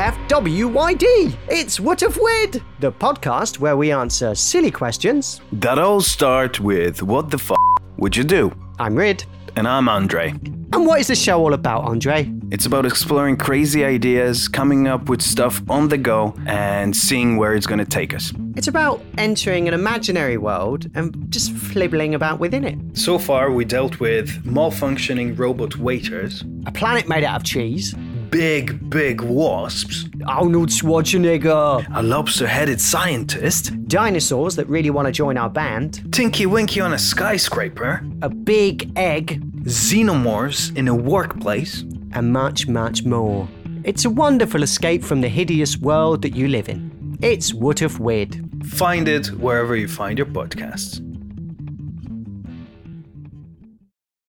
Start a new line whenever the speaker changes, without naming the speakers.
WTFWYD. It's What of Wid, the podcast where we answer silly questions.
That all start with what the f would you do?
I'm Rid.
And I'm Andre.
And what is the show all about, Andre?
It's about exploring crazy ideas, coming up with stuff on the go, and seeing where it's going to take us.
It's about entering an imaginary world and just flibbling about within it.
So far, we dealt with malfunctioning robot waiters,
A planet made out of cheese.
big, big wasps,
Arnold Schwarzenegger.
a lobster headed scientist,
Dinosaurs that really want to join our band.
Tinky Winky on a skyscraper,
A big egg.
xenomorphs in a workplace.
and much, much more. It's a wonderful escape from the hideous world that you live in. It's What If Weird.
Find it wherever you find your podcasts.